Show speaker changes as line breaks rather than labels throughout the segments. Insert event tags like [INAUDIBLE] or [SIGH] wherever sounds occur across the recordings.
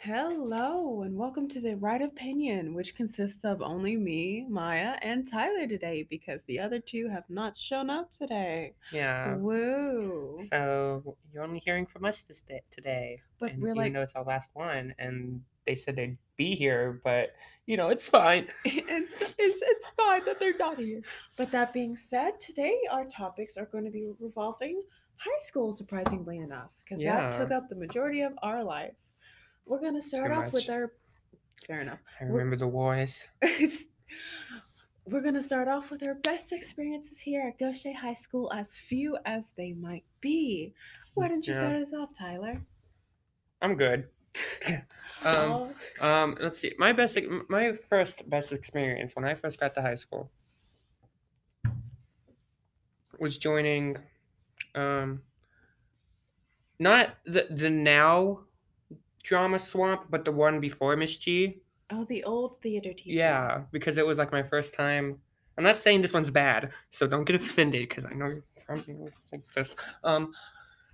Hello, and welcome to the Right Opinion, which consists of only me, Maya, and Tyler today because the other two have not shown up today.
Yeah.
Woo.
So you're only hearing from us this day, today,
But
and
we're
even
like,
though it's our last one, and they said they'd be here, but you know it's fine.
[LAUGHS] [LAUGHS] it's, it's, it's fine that they're not here. But that being said, today our topics are going to be revolving high school, surprisingly enough, because
Yeah.
that took up the majority of our life. We're going to start off with
much.
our. Fair enough.
I
We're-
remember the wars.
It's- [LAUGHS] We're going to start off with our best experiences here at Goshe High School, as few as they might be. Why don't you
Yeah.
start us off, Tyler?
I'm good. um,
Oh,
um, let's see. My best, ex- my first best experience when I first got to high school was joining, um, not the the now drama swamp, but the one before Miss G.
oh, the old theater teacher.
Yeah, because it was like my first time. I'm not saying this one's bad, so don't get offended because I know you're probably think this. Um,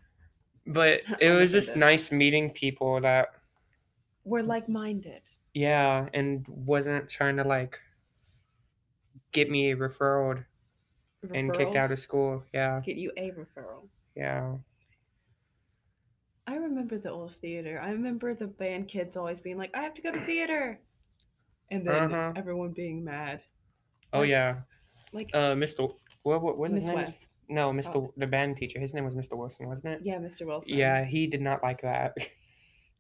[LAUGHS]
but it
I'm
was just
offended.
nice meeting people that
We're like minded.
yeah, and wasn't trying to like get me referred and kicked out of school. Yeah,
Get you a referral.
yeah,
I remember the old theater. I remember the band kids always being like, I have to go to theater. And then
Uh-huh.
everyone being mad.
oh
Like-
yeah.
Like,
Uh, Mr. What what what
Miss
his name? is-
West. Oh.
No, Mr. The band teacher. His name was Mr. Wilson, wasn't it?
Yeah, Mr. Wilson.
Yeah, he did not like that. [LAUGHS]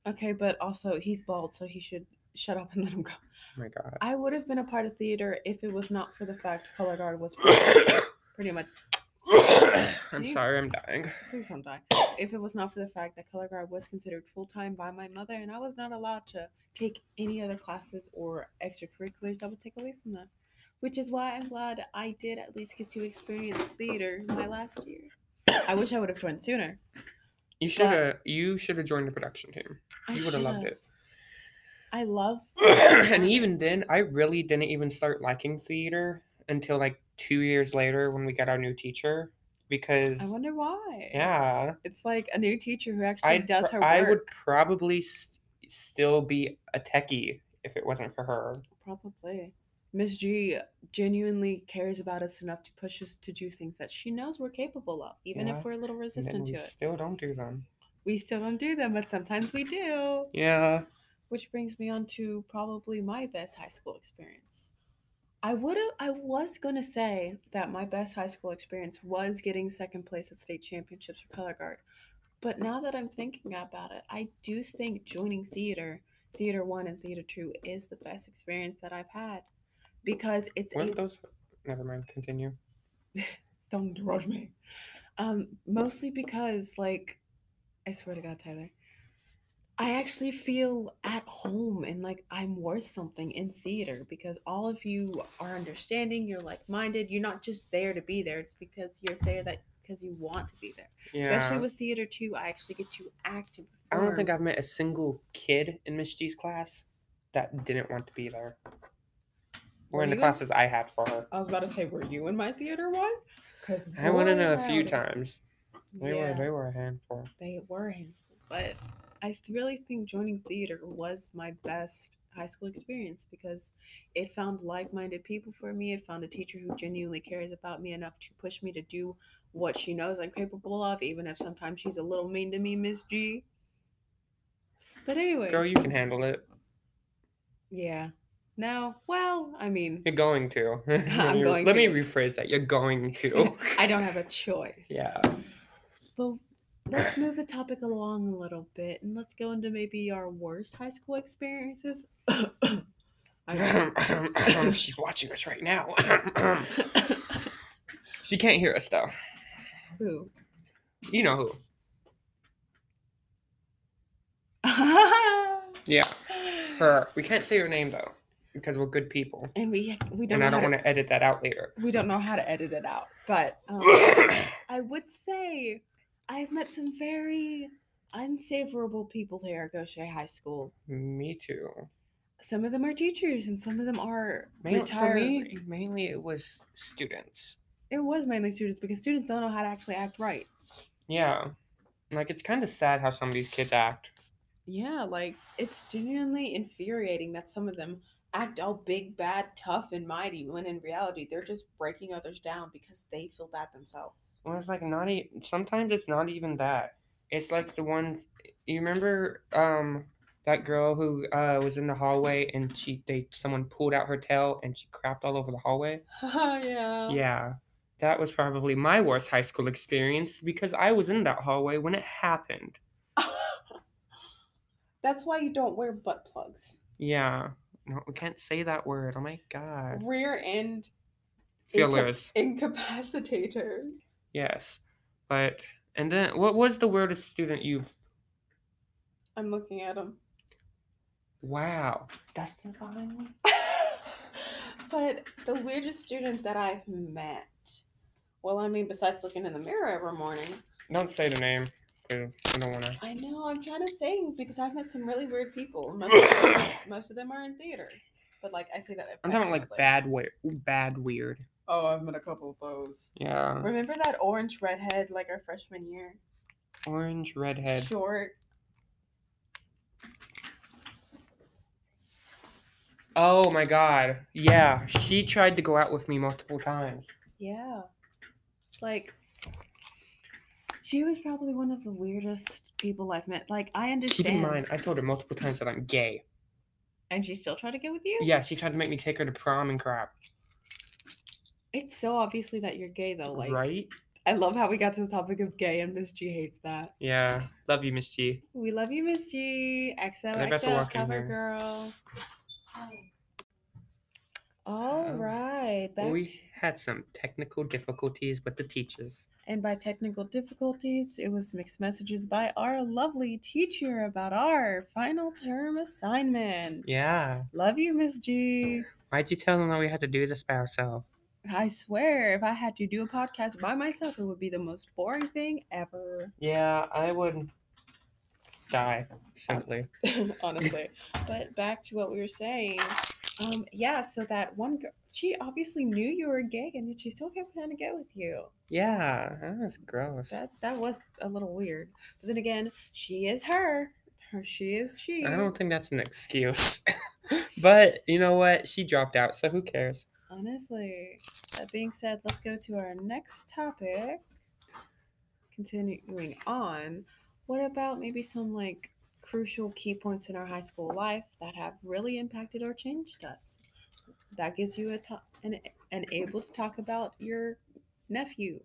Okay, but also he's bald, so he should shut up and [LAUGHS] let him go.
oh my god.
I would have been a part of theater if it was not for the fact color guard
[COUGHS]
was pretty much.
I'm
You-
sorry, [COUGHS] I'm dying.
Please don't die. If it was not for the fact that color guard was considered full time by my mother, and I was not allowed to take any other classes or extracurriculars that would take away from that, which is why I'm glad I did at least get to experience theater my last year. I wish I would have joined sooner.
You should have. You should have joined the production team.
I
you would have loved
shoulda.
it.
I
[COUGHS]
love.
and even then, I really didn't even start liking theater until like two years later when we got our new teacher. Because
I wonder why.
yeah,
It's like a new teacher who actually
I
does her work.
I would probably st- still be a techie if it wasn't for her.
Probably. Miss G genuinely cares about us enough to push us to do things that she knows we're capable of, even
Yeah,
if we're a little
And then
resistant to
we
it.
still don't do them.
We still don't do them, but sometimes we do.
Yeah.
Which brings me on to probably my best high school experience. I would have I was gonna say that my best high school experience was getting second place at state championships for color guard. But now that I'm thinking about it, I do think joining theater, theater one and theater two is the best experience that I've had. Because it's a
Weren't those? Never mind. Continue.
don't interrupt me. Um, mostly because, like, I swear to God, Tyler, I actually feel at home and like I'm worth something in theater because all of you are understanding. You're like-minded. You're not just there to be there. It's because you're there that because you want to be there.
Yeah.
Especially with theater too, I actually get to act and
I
perform.
don't think I've met a single kid in Miss G's class that didn't want to be there. Or in
Were
the
you?
classes I had for her.
I was about to say, were you in my theater one? Because
I went in a few times. They were
Yeah.
they were a handful.
they were handful, but I th- really think joining theater was my best high school experience because it found like-minded people for me. It found a teacher who genuinely cares about me enough to push me to do what she knows I'm capable of, even if sometimes she's a little mean to me, Miss G. But anyways,
Girl, you can handle it.
yeah. Now, well, I
[LAUGHS]
mean,
You're going to.
[LAUGHS] I'm
You're-
going
Let me
to.
rephrase that. You're going to.
[LAUGHS] I don't have a choice. [LAUGHS]
[LAUGHS] Yeah.
Well, let's move the topic along a little bit and let's go into maybe our worst high school experiences. [COUGHS] I know.
[LAUGHS] She's watching us right now. [LAUGHS] she can't hear us though.
[LAUGHS] Who?
You know who. Yeah. Her. We can't say her name though. Because we're good people.
And we we don't
And
know
I don't
how
want to edit that out later.
to, we don't know how to edit it out, but
[COUGHS]
um, I would say I've met some very unsavorable people here at Goshe High School.
Me too.
Some of them are teachers and some of them are
Main- for
retiring.
me, mainly it was students.
It was mainly students because students don't know how to actually act right.
Yeah. Like it's kind of sad how some of these kids act.
Yeah, like it's genuinely infuriating that some of them act all big, bad, tough, and mighty when in reality they're just breaking others down because they feel bad themselves. [LAUGHS]
Well, it's like not. E- sometimes it's not even that. It's like the ones you remember. Um, that girl who uh, was in the hallway and she they someone pulled out her tail and she crapped all over the hallway.
Oh, yeah.
Yeah, that was probably my worst high school experience because I was in that hallway when it happened.
[LAUGHS] That's why you don't wear butt plugs.
Yeah, no, we can't say that word. Oh my god,
Rear end [LAUGHS]
fillers.
incapacitators.
Yes, but and then what was the weirdest student you've?
I'm looking at them.
Wow, Dustin's behind me.
[LAUGHS] but the weirdest student that I've met, well, I mean, besides looking in the mirror every morning,
Don't say the name. 'cause I don't want to.
I know I'm trying to think because I've met some really weird people. and Most of
[LAUGHS]
them, most of them are in theater, but like I say that
I'm talking like
affectionately.
bad weird, bad weird.
Oh, I've met a couple of those.
Yeah,
Remember that orange redhead like our freshman year?
orange redhead.
Short.
Oh my god. Yeah, she tried to go out with me multiple times.
Yeah. Like she was probably one of the weirdest people I've met. Like I
Keep
understand.
in mind, I told her multiple times that I'm gay.
And she still tried to get with you?
Yeah, she tried to make me take her to prom and crap.
It's so obviously that you're gay though. Like
right?
I love how we got to the topic of gay and Miss G hates that.
Yeah. Love you, Miss G.
We love you, Miss G.
They're about to
XOXO
walk in
cover
here.
girl. All
Um,
right, back
We
t-
had some technical difficulties with the teachers.
and by technical difficulties, it was mixed messages by our lovely teacher about our final term assignment.
Yeah.
Love you, Miss G.
Why'd you tell them that we had to do this by ourselves?
I swear, if I had to do a podcast by myself, it would be the most boring thing ever.
Yeah, I would die simply.
[LAUGHS] honestly. But back to what we were saying. Um, yeah, so that one girl, she obviously knew you were gay, and yet she still kept trying to get with you.
Yeah, that was gross.
That that was a little weird. But then again, she is her. Her she is she.
I don't think that's an excuse. [LAUGHS] but you know what? She dropped out, so who cares?
Honestly. That being said, let's go to our next topic. Continuing on, what about maybe some like crucial key points in our high school life that have really impacted or changed us? That gives you a to- an an able to talk about your nephew.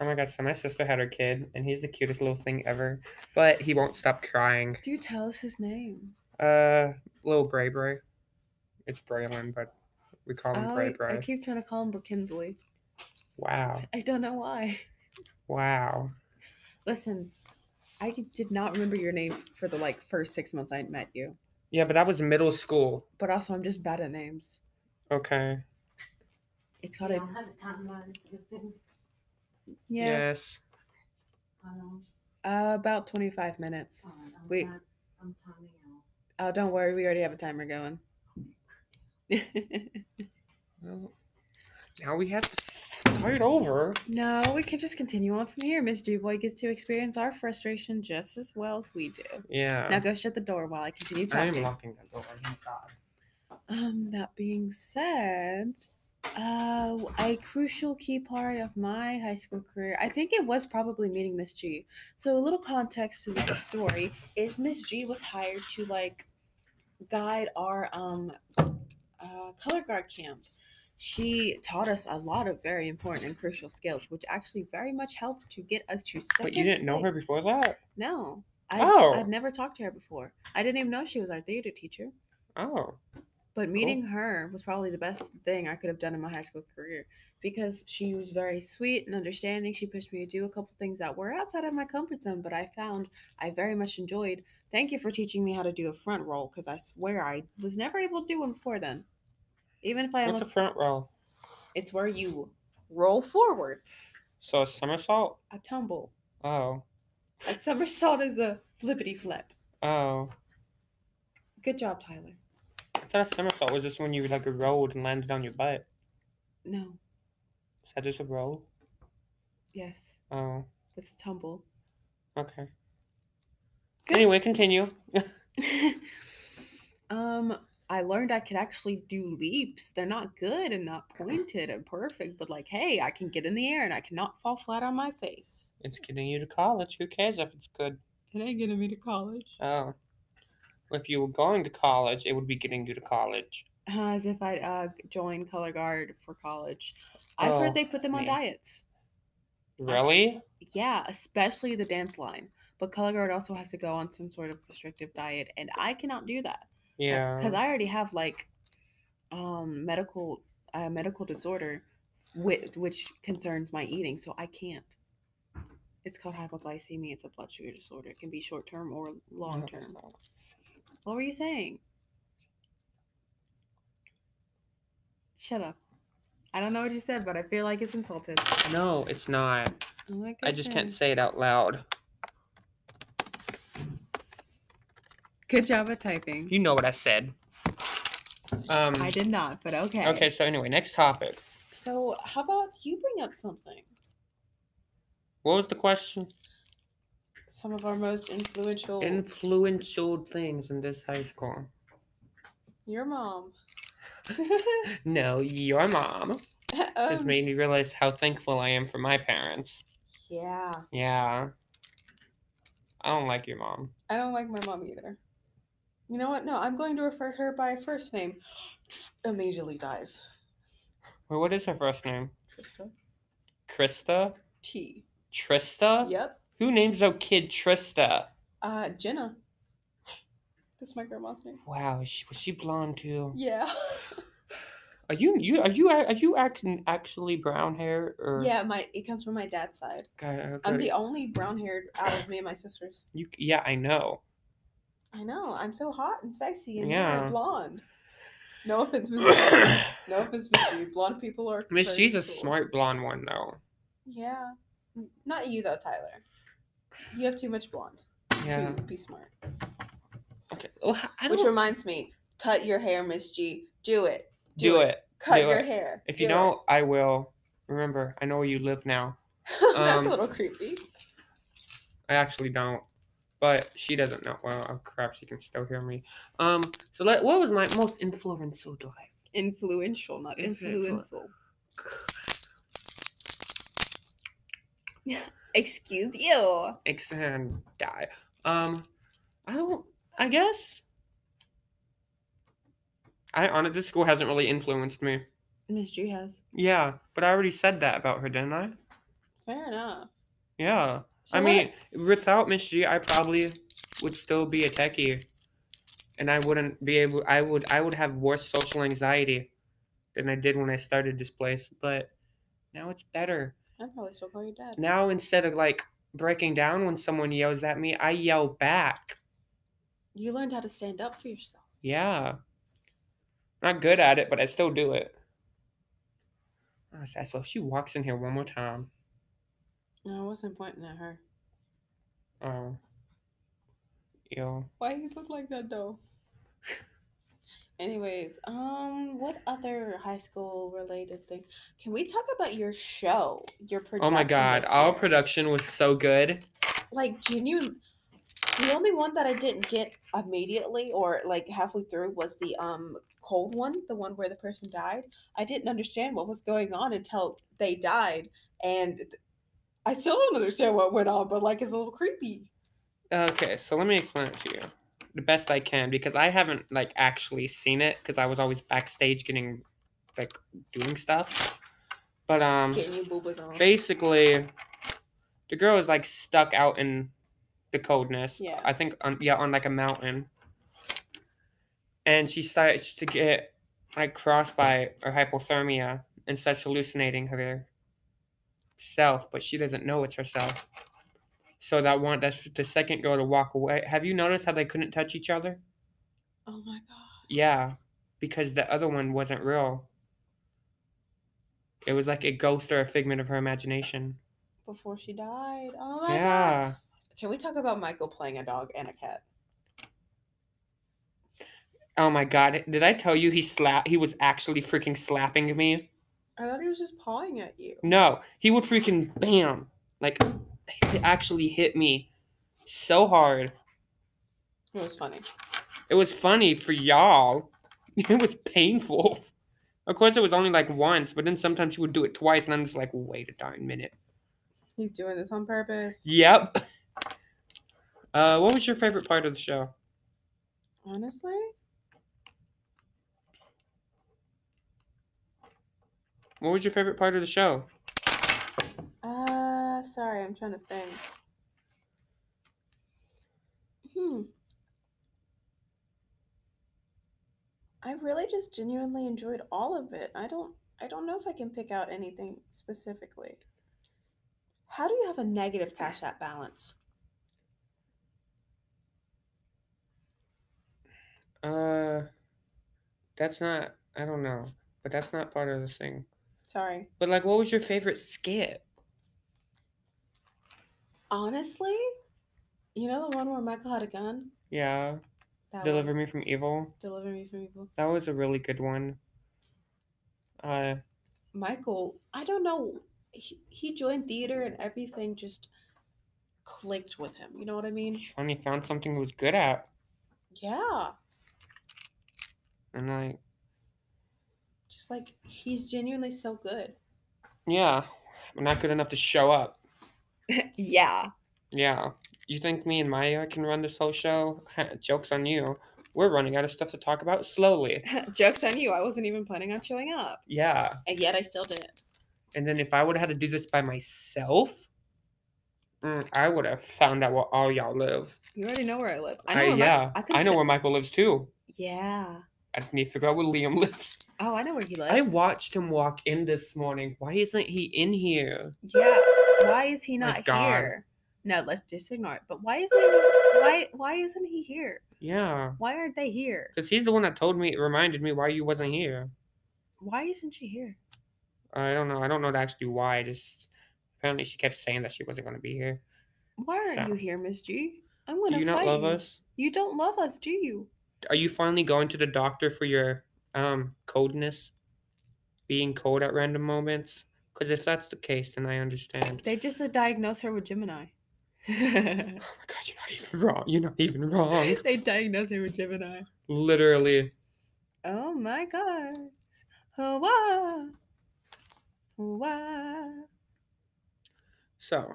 Oh my god, so my sister had her kid, and he's the cutest little thing ever, but he won't stop crying.
Do you tell us his name?
Uh, little Bray Bray. It's Braylon, but we call him Bray
I, I
Bray.
keep trying to call him Brickinsley.
Wow.
I don't know why. [LAUGHS]
Wow.
Listen, I did not remember your name for the like first six months I met you,
Yeah, but that was middle school.
but also I'm just bad at names.
Okay.
It's
You
called a
don't have a timeline. you think,
yeah,
Yes.
I don't-
uh, about 25 minutes.
all right, I'm
Wait.
time- I'm timing out.
Oh, don't worry, we already have a timer going. [LAUGHS]
Well, now we have to start over.
no, we can just continue on from here. Miss Duboy gets to experience our frustration just as well as we do. Now
Yeah.
go shut the door while I continue
I am
talking.
locking the door. Oh my God.
Um, that being said, uh, a crucial key part of my high school career, I think it was probably meeting Miss G. So a little context to the story is Miss G was hired to like guide our um uh, color guard camp. She taught us a lot of very important and crucial skills, which actually very much helped to get us to second.
But you didn't know her
place.
before that?
No, I,
Oh.
I'd never talked to her before. I didn't even know she was our theater teacher.
Oh.
But meeting her was probably the best thing I could have done in my high school career because she was very sweet and understanding. She pushed me to do a couple things that were outside of my comfort zone, but I found I very much enjoyed. Thank you for teaching me how to do a front roll because I swear I was never able to do one before then. Even if I
What's
almost,
a front row?
it's where you roll forwards,
So a somersault?
a tumble.
Oh.
A somersault is a flippity flip.
Oh.
Good job, Tyler.
I thought a somersault was just when you like rolled and landed on your butt.
No,
Is that just a roll?
yes,
Oh.
it's a tumble.
Okay.
Good.
Anyway, continue.
[LAUGHS] um, I learned I could actually do leaps. They're not good and not pointed and perfect, but like, hey, I can get in the air and I cannot fall flat on my face.
It's getting you to college. Who cares if it's good?
It ain't getting me to college.
Oh. If you were going to college, it would be getting you to college.
As if I'd uh, join color guard for college. I've
Oh,
heard they put them on
man.
diets.
Really?
Yeah, especially the dance line. But color guard also has to go on some sort of restrictive diet, and I cannot do that.
Yeah.
because I already have like um medical uh, medical disorder which, which concerns my eating, so I can't. It's called hypoglycemia. It's a blood sugar disorder. It can be short term or long term. What were you saying? Shut up. I don't know what you said, but I feel like it's insulted.
No, it's not.
Oh my
I just can't
goodness.
say it out loud.
Good job at typing.
You know what I said. Um,
I did not, but okay.
Okay, so anyway, next topic.
So, how about you bring up something?
What was the question?
Some of our most influential.
Influential things in this high school.
Your
[LAUGHS]
mom.
No, your mom has
Um,
made me realize how thankful I am for my parents.
Yeah.
Yeah. I don't like your mom.
I don't like my mom either. You know what? No, I'm going to refer to her by her first name. Immediately dies.
Wait, what is her first name?
Trista.
Krista?
T.
Trista?
Yep.
Who names their kid Trista?
Uh, Jenna. That's my grandma's name.
Wow, is she, was she blonde too?
Yeah.
Are you you are you are you acting actually brown hair or?
[LAUGHS] Yeah, my it comes from my dad's side.
Okay, okay.
I'm the only brown haired out of me and my sisters.
you, yeah, I know.
I know. I'm so hot and sexy and
Yeah.
yeah. blonde. No
[COUGHS]
offense, Miss G. No offense, Miss G. Blonde people are.
Miss
very
G's a
cool.
smart blonde one though.
Yeah. N- Not you though, Tyler. You have too much blonde.
Yeah.
To be smart.
Okay. Well, h- I
Which
don't
reminds me, cut your hair, Miss G. Do it.
do, it.
Cut
do
your
it.
hair.
If you
Do it.
don't, I will. Remember, I know where you live now.
[LAUGHS] That's
um,
a little creepy.
I actually don't. But she doesn't know. Well, oh crap, she can still hear me. Um, so let, what was my most influential life?
Influential, not
Influential.
[LAUGHS] Excuse you.
Ex- and die. Um, I don't. I guess. I honest. This school hasn't really influenced me.
Miss G has.
Yeah, but I already said that about her, didn't I?
Fair enough.
Yeah.
So
I
what-
mean, without Miss G, I probably would still be a techie, and I wouldn't be able. I would. I would have worse social anxiety than I did when I started this place. But now it's better.
I'd probably still call you dad.
Now instead of like breaking down when someone yells at me, I yell back.
You learned how to stand up for yourself.
Yeah. Not good at it, but I still do it. Oh, so if she walks in here one more time,
No, I wasn't pointing at her.
oh, ew.
Why you look like that though? Anyways, um, what other high school related thing? Can we talk about your show? Your production.
Oh my god,
this
our
year?
production was so good.
like genuine. The only one that I didn't get immediately or like halfway through was the um cold one, the one where the person died. I didn't understand what was going on until they died, and th- I still don't understand what went on. But like, it's a little creepy.
Okay, so let me explain it to you the best I can because I haven't like actually seen it because I was always backstage getting like doing stuff. But um
Getting you boobas on.
basically the girl is like stuck out in the coldness.
Yeah.
I think on yeah, on like a mountain. And she starts to get like crossed by or hypothermia and starts hallucinating her self, but she doesn't know it's herself. So that one that's the second girl to walk away. Have you noticed how they couldn't touch each other?
Oh my god.
Yeah. Because the other one wasn't real. It was like a ghost or a figment of her imagination.
Before she died. Oh my god.
yeah.
Can we talk about Michael playing a dog and a cat?
Oh my god. Did I tell you he slap he was actually freaking slapping me?
I thought he was just pawing at you.
No. He would freaking bam. Like he actually hit me so hard.
It was funny.
It was funny for y'all. [LAUGHS] It was painful. Of course, it was only like once, but then sometimes she would do it twice, and I'm just like, wait a darn minute.
He's doing this on purpose.
Yep. [LAUGHS] Uh, what was your favorite part of the show?
Honestly?
What was your favorite part of the show?
Uh, sorry, I'm trying to think. Hmm. I really just genuinely enjoyed all of it. I don't I don't know if I can pick out anything specifically. How do you have a negative cash app balance?
Uh, that's not. I don't know, but that's not part of the thing.
Sorry.
But like, what was your favorite skit?
Honestly, you know the one where Michael had a gun?
Yeah,
That
deliver
one.
me from evil.
Deliver me from evil.
That was a really good one. Uh,
Michael, I don't know. He, he joined theater and everything just clicked with him. You know what I mean?
he finally found something he was good at,
Yeah.
and like,
Just like he's genuinely so good.
yeah, I'm not good enough to show up.
Yeah.
Yeah, you think me and Maya can run this whole show? [LAUGHS] Jokes on you. We're running out of stuff to talk
[LAUGHS]
about slowly.
Joke's on you. I wasn't even planning on showing up.
Yeah,
And yet I still did.
and then if I would have had to do this by myself, mm, I would have found out where all y'all live.
You already know where I live.
I
know where Mi-
yeah, I,
could've
know
fi-
where Michael lives too.
Yeah.
I just need to figure out where Liam lives.
Oh, I know where he lives.
I watched him walk in this morning. Why isn't he in here?
Yeah. Why is he
My
not
God.
here? No, let's just ignore it. But why isn't he, why why isn't he here?
Yeah,
Why aren't they here?
because he's the one that told me, reminded me why you wasn't here.
Why isn't she here?
I don't know. I don't know actually why. I just apparently she kept saying that she wasn't going to be here.
Why aren't you
So-
here, Miss G? I'm
Do
gonna
you not
fight
love
you.
us?
You don't love us, do you?
Are you finally going to the doctor for your um coldness? Being cold at random moments? Because if that's the case, then I understand.
They just uh, diagnosed her with Gemini. [LAUGHS]
Oh my god, you're not even wrong. You're not even wrong.
they diagnosed her with Gemini.
[LAUGHS] Literally.
Oh my gosh. Hoo-wah. Hoo-wah.
So,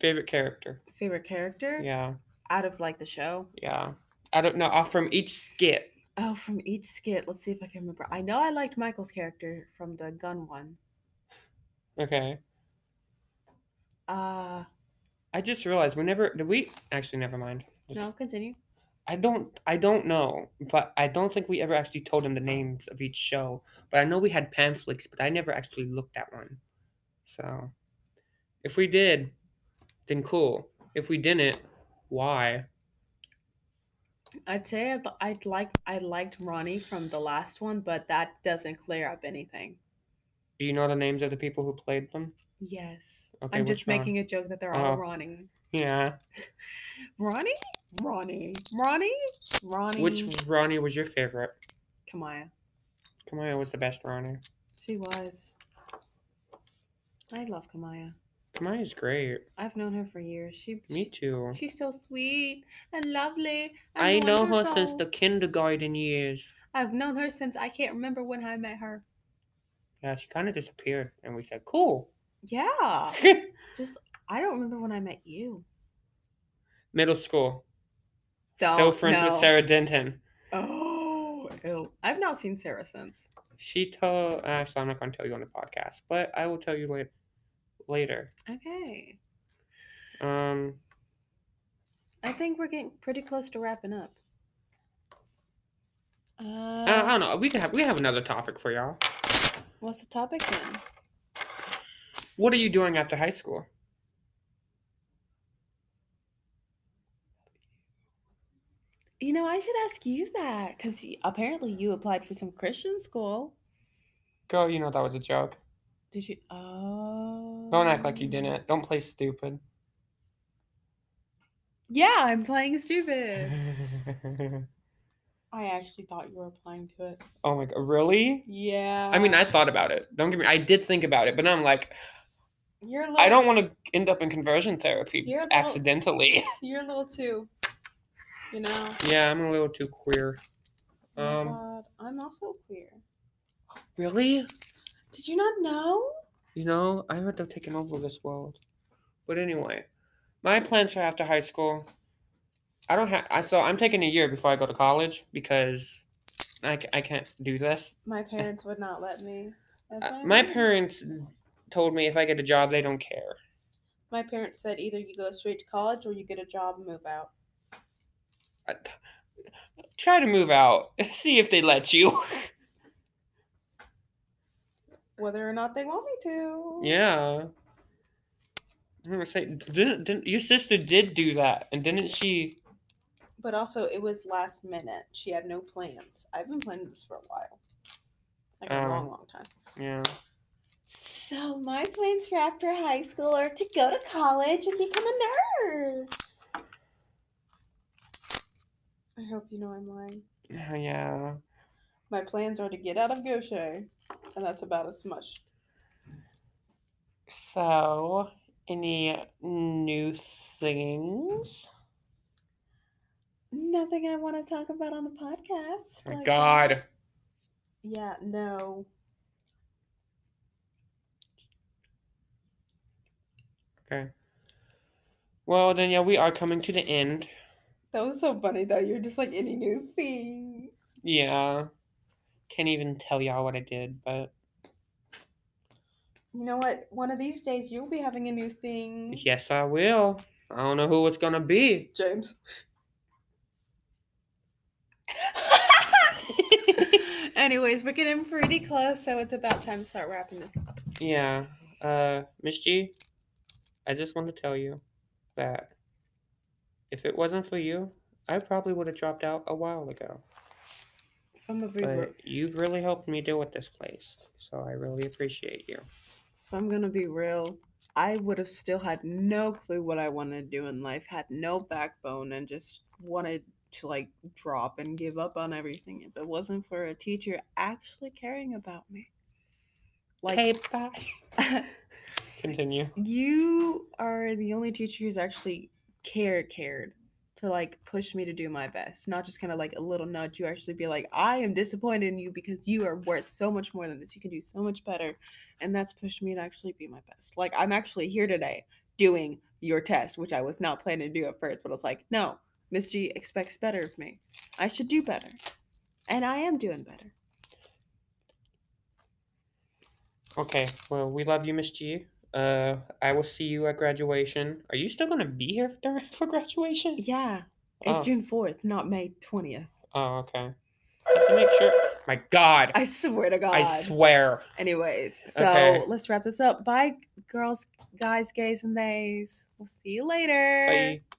favorite character?
Favorite character
Yeah,
out of like the show?
yeah. I don't know. Off from each skit.
Oh, from each skit. Let's see if I can remember. I know I liked Michael's character from the gun one.
Okay.
Uh,
I just realized we never did we actually never mind. Just-
no, continue.
I don't I don't know, but I don't think we ever actually told him the names of each show. But I know we had pamphlets, but I never actually looked at one. So if we did, then cool. If we didn't, why?
I'd say I'd, I'd like I liked Ronnie from the last one, but that doesn't clear up anything.
Do you know the names of the people who played them?
Yes.
Okay,
I'm
which
just making a joke that they're
Oh.
all Ronnie.
Yeah.
Ronnie? Ronnie. Ronnie? Ronnie.
Which Ronnie was your favorite?
Kamaya.
Kamaya was the best Ronnie.
She was. I love Kamaya.
Kamaya's great.
I've known her for years. She,
Me
she-
too.
she's so sweet and lovely.
I
and
know her since
wonderful.
the kindergarten years.
I've known her since I can't remember when I met her.
Yeah, she kind of disappeared, and we said, "Cool."
Yeah. Just I don't remember when I met you.
[LAUGHS] Middle school. Still
Don't-
friends with
no.
Sarah Denton.
Oh, ew. I've not seen Sarah since.
She told. Actually, I'm not going to tell you on the podcast, but I will tell you later. Later.
Okay.
Um.
I think we're getting pretty close to wrapping up. Uh,
I- I don't know. We could have. We have another topic for y'all.
what's the topic then?
What are you doing after high school?
You know, I should ask you that because apparently you applied for some Christian school.
Girl, you know that was a joke.
Did you? Oh.
Don't act like you didn't. Don't play stupid.
Yeah, I'm playing stupid. I actually thought you were applying to it.
[LAUGHS] oh my god, really?
Yeah.
I mean, I thought about it. Don't get me. I did think about it, but now I'm like,
You're a little,
I don't want to end up in conversion therapy
You're a little-
accidentally.
You're a little too. You know?
[LAUGHS] Yeah, I'm a little too queer.
Oh my
Um,
God, I'm also queer.
Really?
Did you not know?
You know, I heard they're taking over this world. But anyway, my plans for after high school. I don't have. I so I'm taking a year before I go to college because I, ca- I can't do this.
My parents would not let me. That's
Uh,
why I
My
didn't.
parents told me if I get a job, they don't care.
My parents said either you go straight to college or you get a job and move out.
I- try to move out. [LAUGHS] See if they let you.
Whether or not they want me to.
yeah. I'm gonna say didn't, didn't your sister did do that and didn't she?
But also, it was last minute. She had no plans. I've been planning this for a while. Like a
Oh.
long, long time.
Yeah.
So, my plans for after high school are to go to college and become a nurse. I hope you know I'm lying.
Oh, Yeah.
My plans are to get out of Gaucher, and that's about as much.
So, any new things?
Nothing I want to talk about on the podcast.
Oh My
like that.
God,
Yeah, no.
Okay. Well, then, yeah, we are coming to the end.
That was so funny though. You're just like any new thing.
Yeah. Can't even tell y'all what I did, but
You know what? One of these days you'll be having a new thing.
yes, I will. I don't know who it's gonna be.
James. [LAUGHS] Anyways, we're getting pretty close, so it's about time to start wrapping this up.
Yeah. Uh, Miss G, I just want to tell you that if it wasn't for you, I probably would have dropped out a while ago.
From a real,
But you've really helped me deal with this place, so I really appreciate you.
if I'm gonna be real, I would have still had no clue what I wanted to do in life, had no backbone, and just wanted to like drop and give up on everything if it wasn't for a teacher actually caring about me. Like
Okay, bye.
[LAUGHS]
Continue.
you are the only teacher who's actually care cared to like push me to do my best not just kind of like a little nudge you actually be like i am disappointed in you because you are worth so much more than this you can do so much better and that's pushed me to actually be my best like i'm actually here today doing your test which i was not planning to do at first but i was like no miss g expects better of me i should do better and i am doing better
Okay, well, we love you, Miss G. Uh, I will see you at graduation. Are you still gonna be here during for [LAUGHS] graduation?
yeah it's
Oh.
june 4th not may 20th
Oh, okay. I have to make sure. My God,
i swear to god
I swear.
Anyways, so
Okay.
let's wrap this up. Bye, girls, guys, gays, and theys. We'll see you later.
Bye.